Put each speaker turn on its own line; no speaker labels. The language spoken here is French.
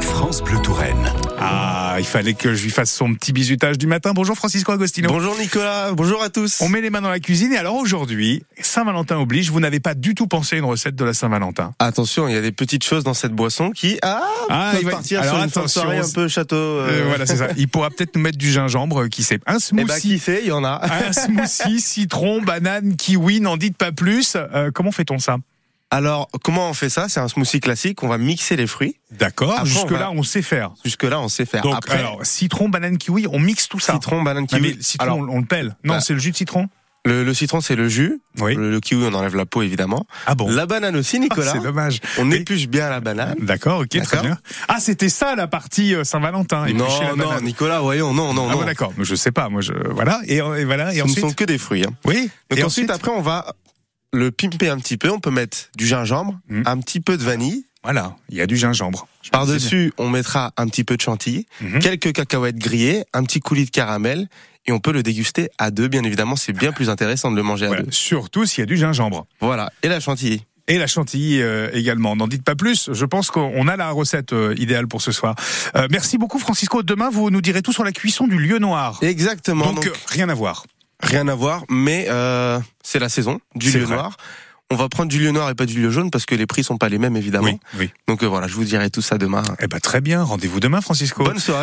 France Bleu Touraine.
Ah, il fallait que je lui fasse son petit bisutage du matin. Bonjour Francisco Agostino.
Bonjour Nicolas, bonjour à tous.
On met les mains dans la cuisine et alors aujourd'hui, Saint-Valentin oblige, vous n'avez pas du tout pensé à une recette de la Saint-Valentin.
Attention, il y a des petites choses dans cette boisson qui ah,
Ah,
peuvent
il va-
partir
alors
sur une fin de
attention,
soirée un
c'est-
peu château. euh,
Euh, voilà, c'est ça. Il pourra peut-être nous mettre du gingembre euh, qui sait. Un
Eh
smoothie.
ben qui sait, il y en a.
un smoothie, citron, banane, kiwi, n'en dites pas plus. Euh, comment fait-on ça
Alors comment on fait ça C'est un smoothie classique. On va mixer les fruits.
D'accord.
Après,
Jusque-là,
on
on sait faire.
Jusque là, on sait faire.
Donc,
Après,
alors, citron, banane, kiwi, on mixe tout ça.
citron, banane,
Ah, mais
kiwi.
le citron,
Alors,
on- on le pèle. Non,
bah-
c'est le jus de citron.
le, le citron, c'est le jus.
Oui.
Le, le kiwi, on enlève la peau évidemment.
Ah bon.
La banane aussi,
Ah,
Nicolas.
c'est dommage.
on
Mais-
épluche bien la banane.
D'accord, ok, très
D'accord.
bien. Ah, c'était ça la partie euh, Saint-Valentin. et puis chez la
non, non,
banane.
Nicolas, voyons, non, non,
Ah
non.
bon, d'accord. Mais Je sais pas, moi, je voilà et, euh, et voilà et
Ce ne
ensuite.
sont que des fruits. hein.
Oui.
Donc
et
ensuite, après, on va le pimper un petit peu. On peut mettre du gingembre,
Mm.
un petit peu de vanille.
voilà, il y a du gingembre. Je me disais
Par-dessus, on mettra un petit peu de chantilly,
Mhm.
quelques cacahuètes grillées, un petit coulis de caramel. Et on peut le déguster à deux, bien évidemment. C'est bien plus intéressant de le manger
bien.
à
Voilà,
deux.
Surtout s'il y a du gingembre
Voilà. Et la chantilly.
et la chantilly euh, également. N'en dites pas plus. Je pense qu'on a la recette euh, idéale pour ce soir. Euh, merci beaucoup, Francisco. Demain, vous nous direz tout sur la cuisson du lieu noir.
Exactement.
donc,
Donc,
euh, rien à voir.
rien à voir, mais euh, c'est la saison du
C'est
lieu
vrai.
noir. On va prendre du lieu noir et pas du lieu jaune parce que les prix sont pas les mêmes, évidemment.
oui.
Donc euh, voilà, je vous dirai tout ça demain.
Eh ben très bien. Rendez-vous demain, Francisco.
Bonne soirée.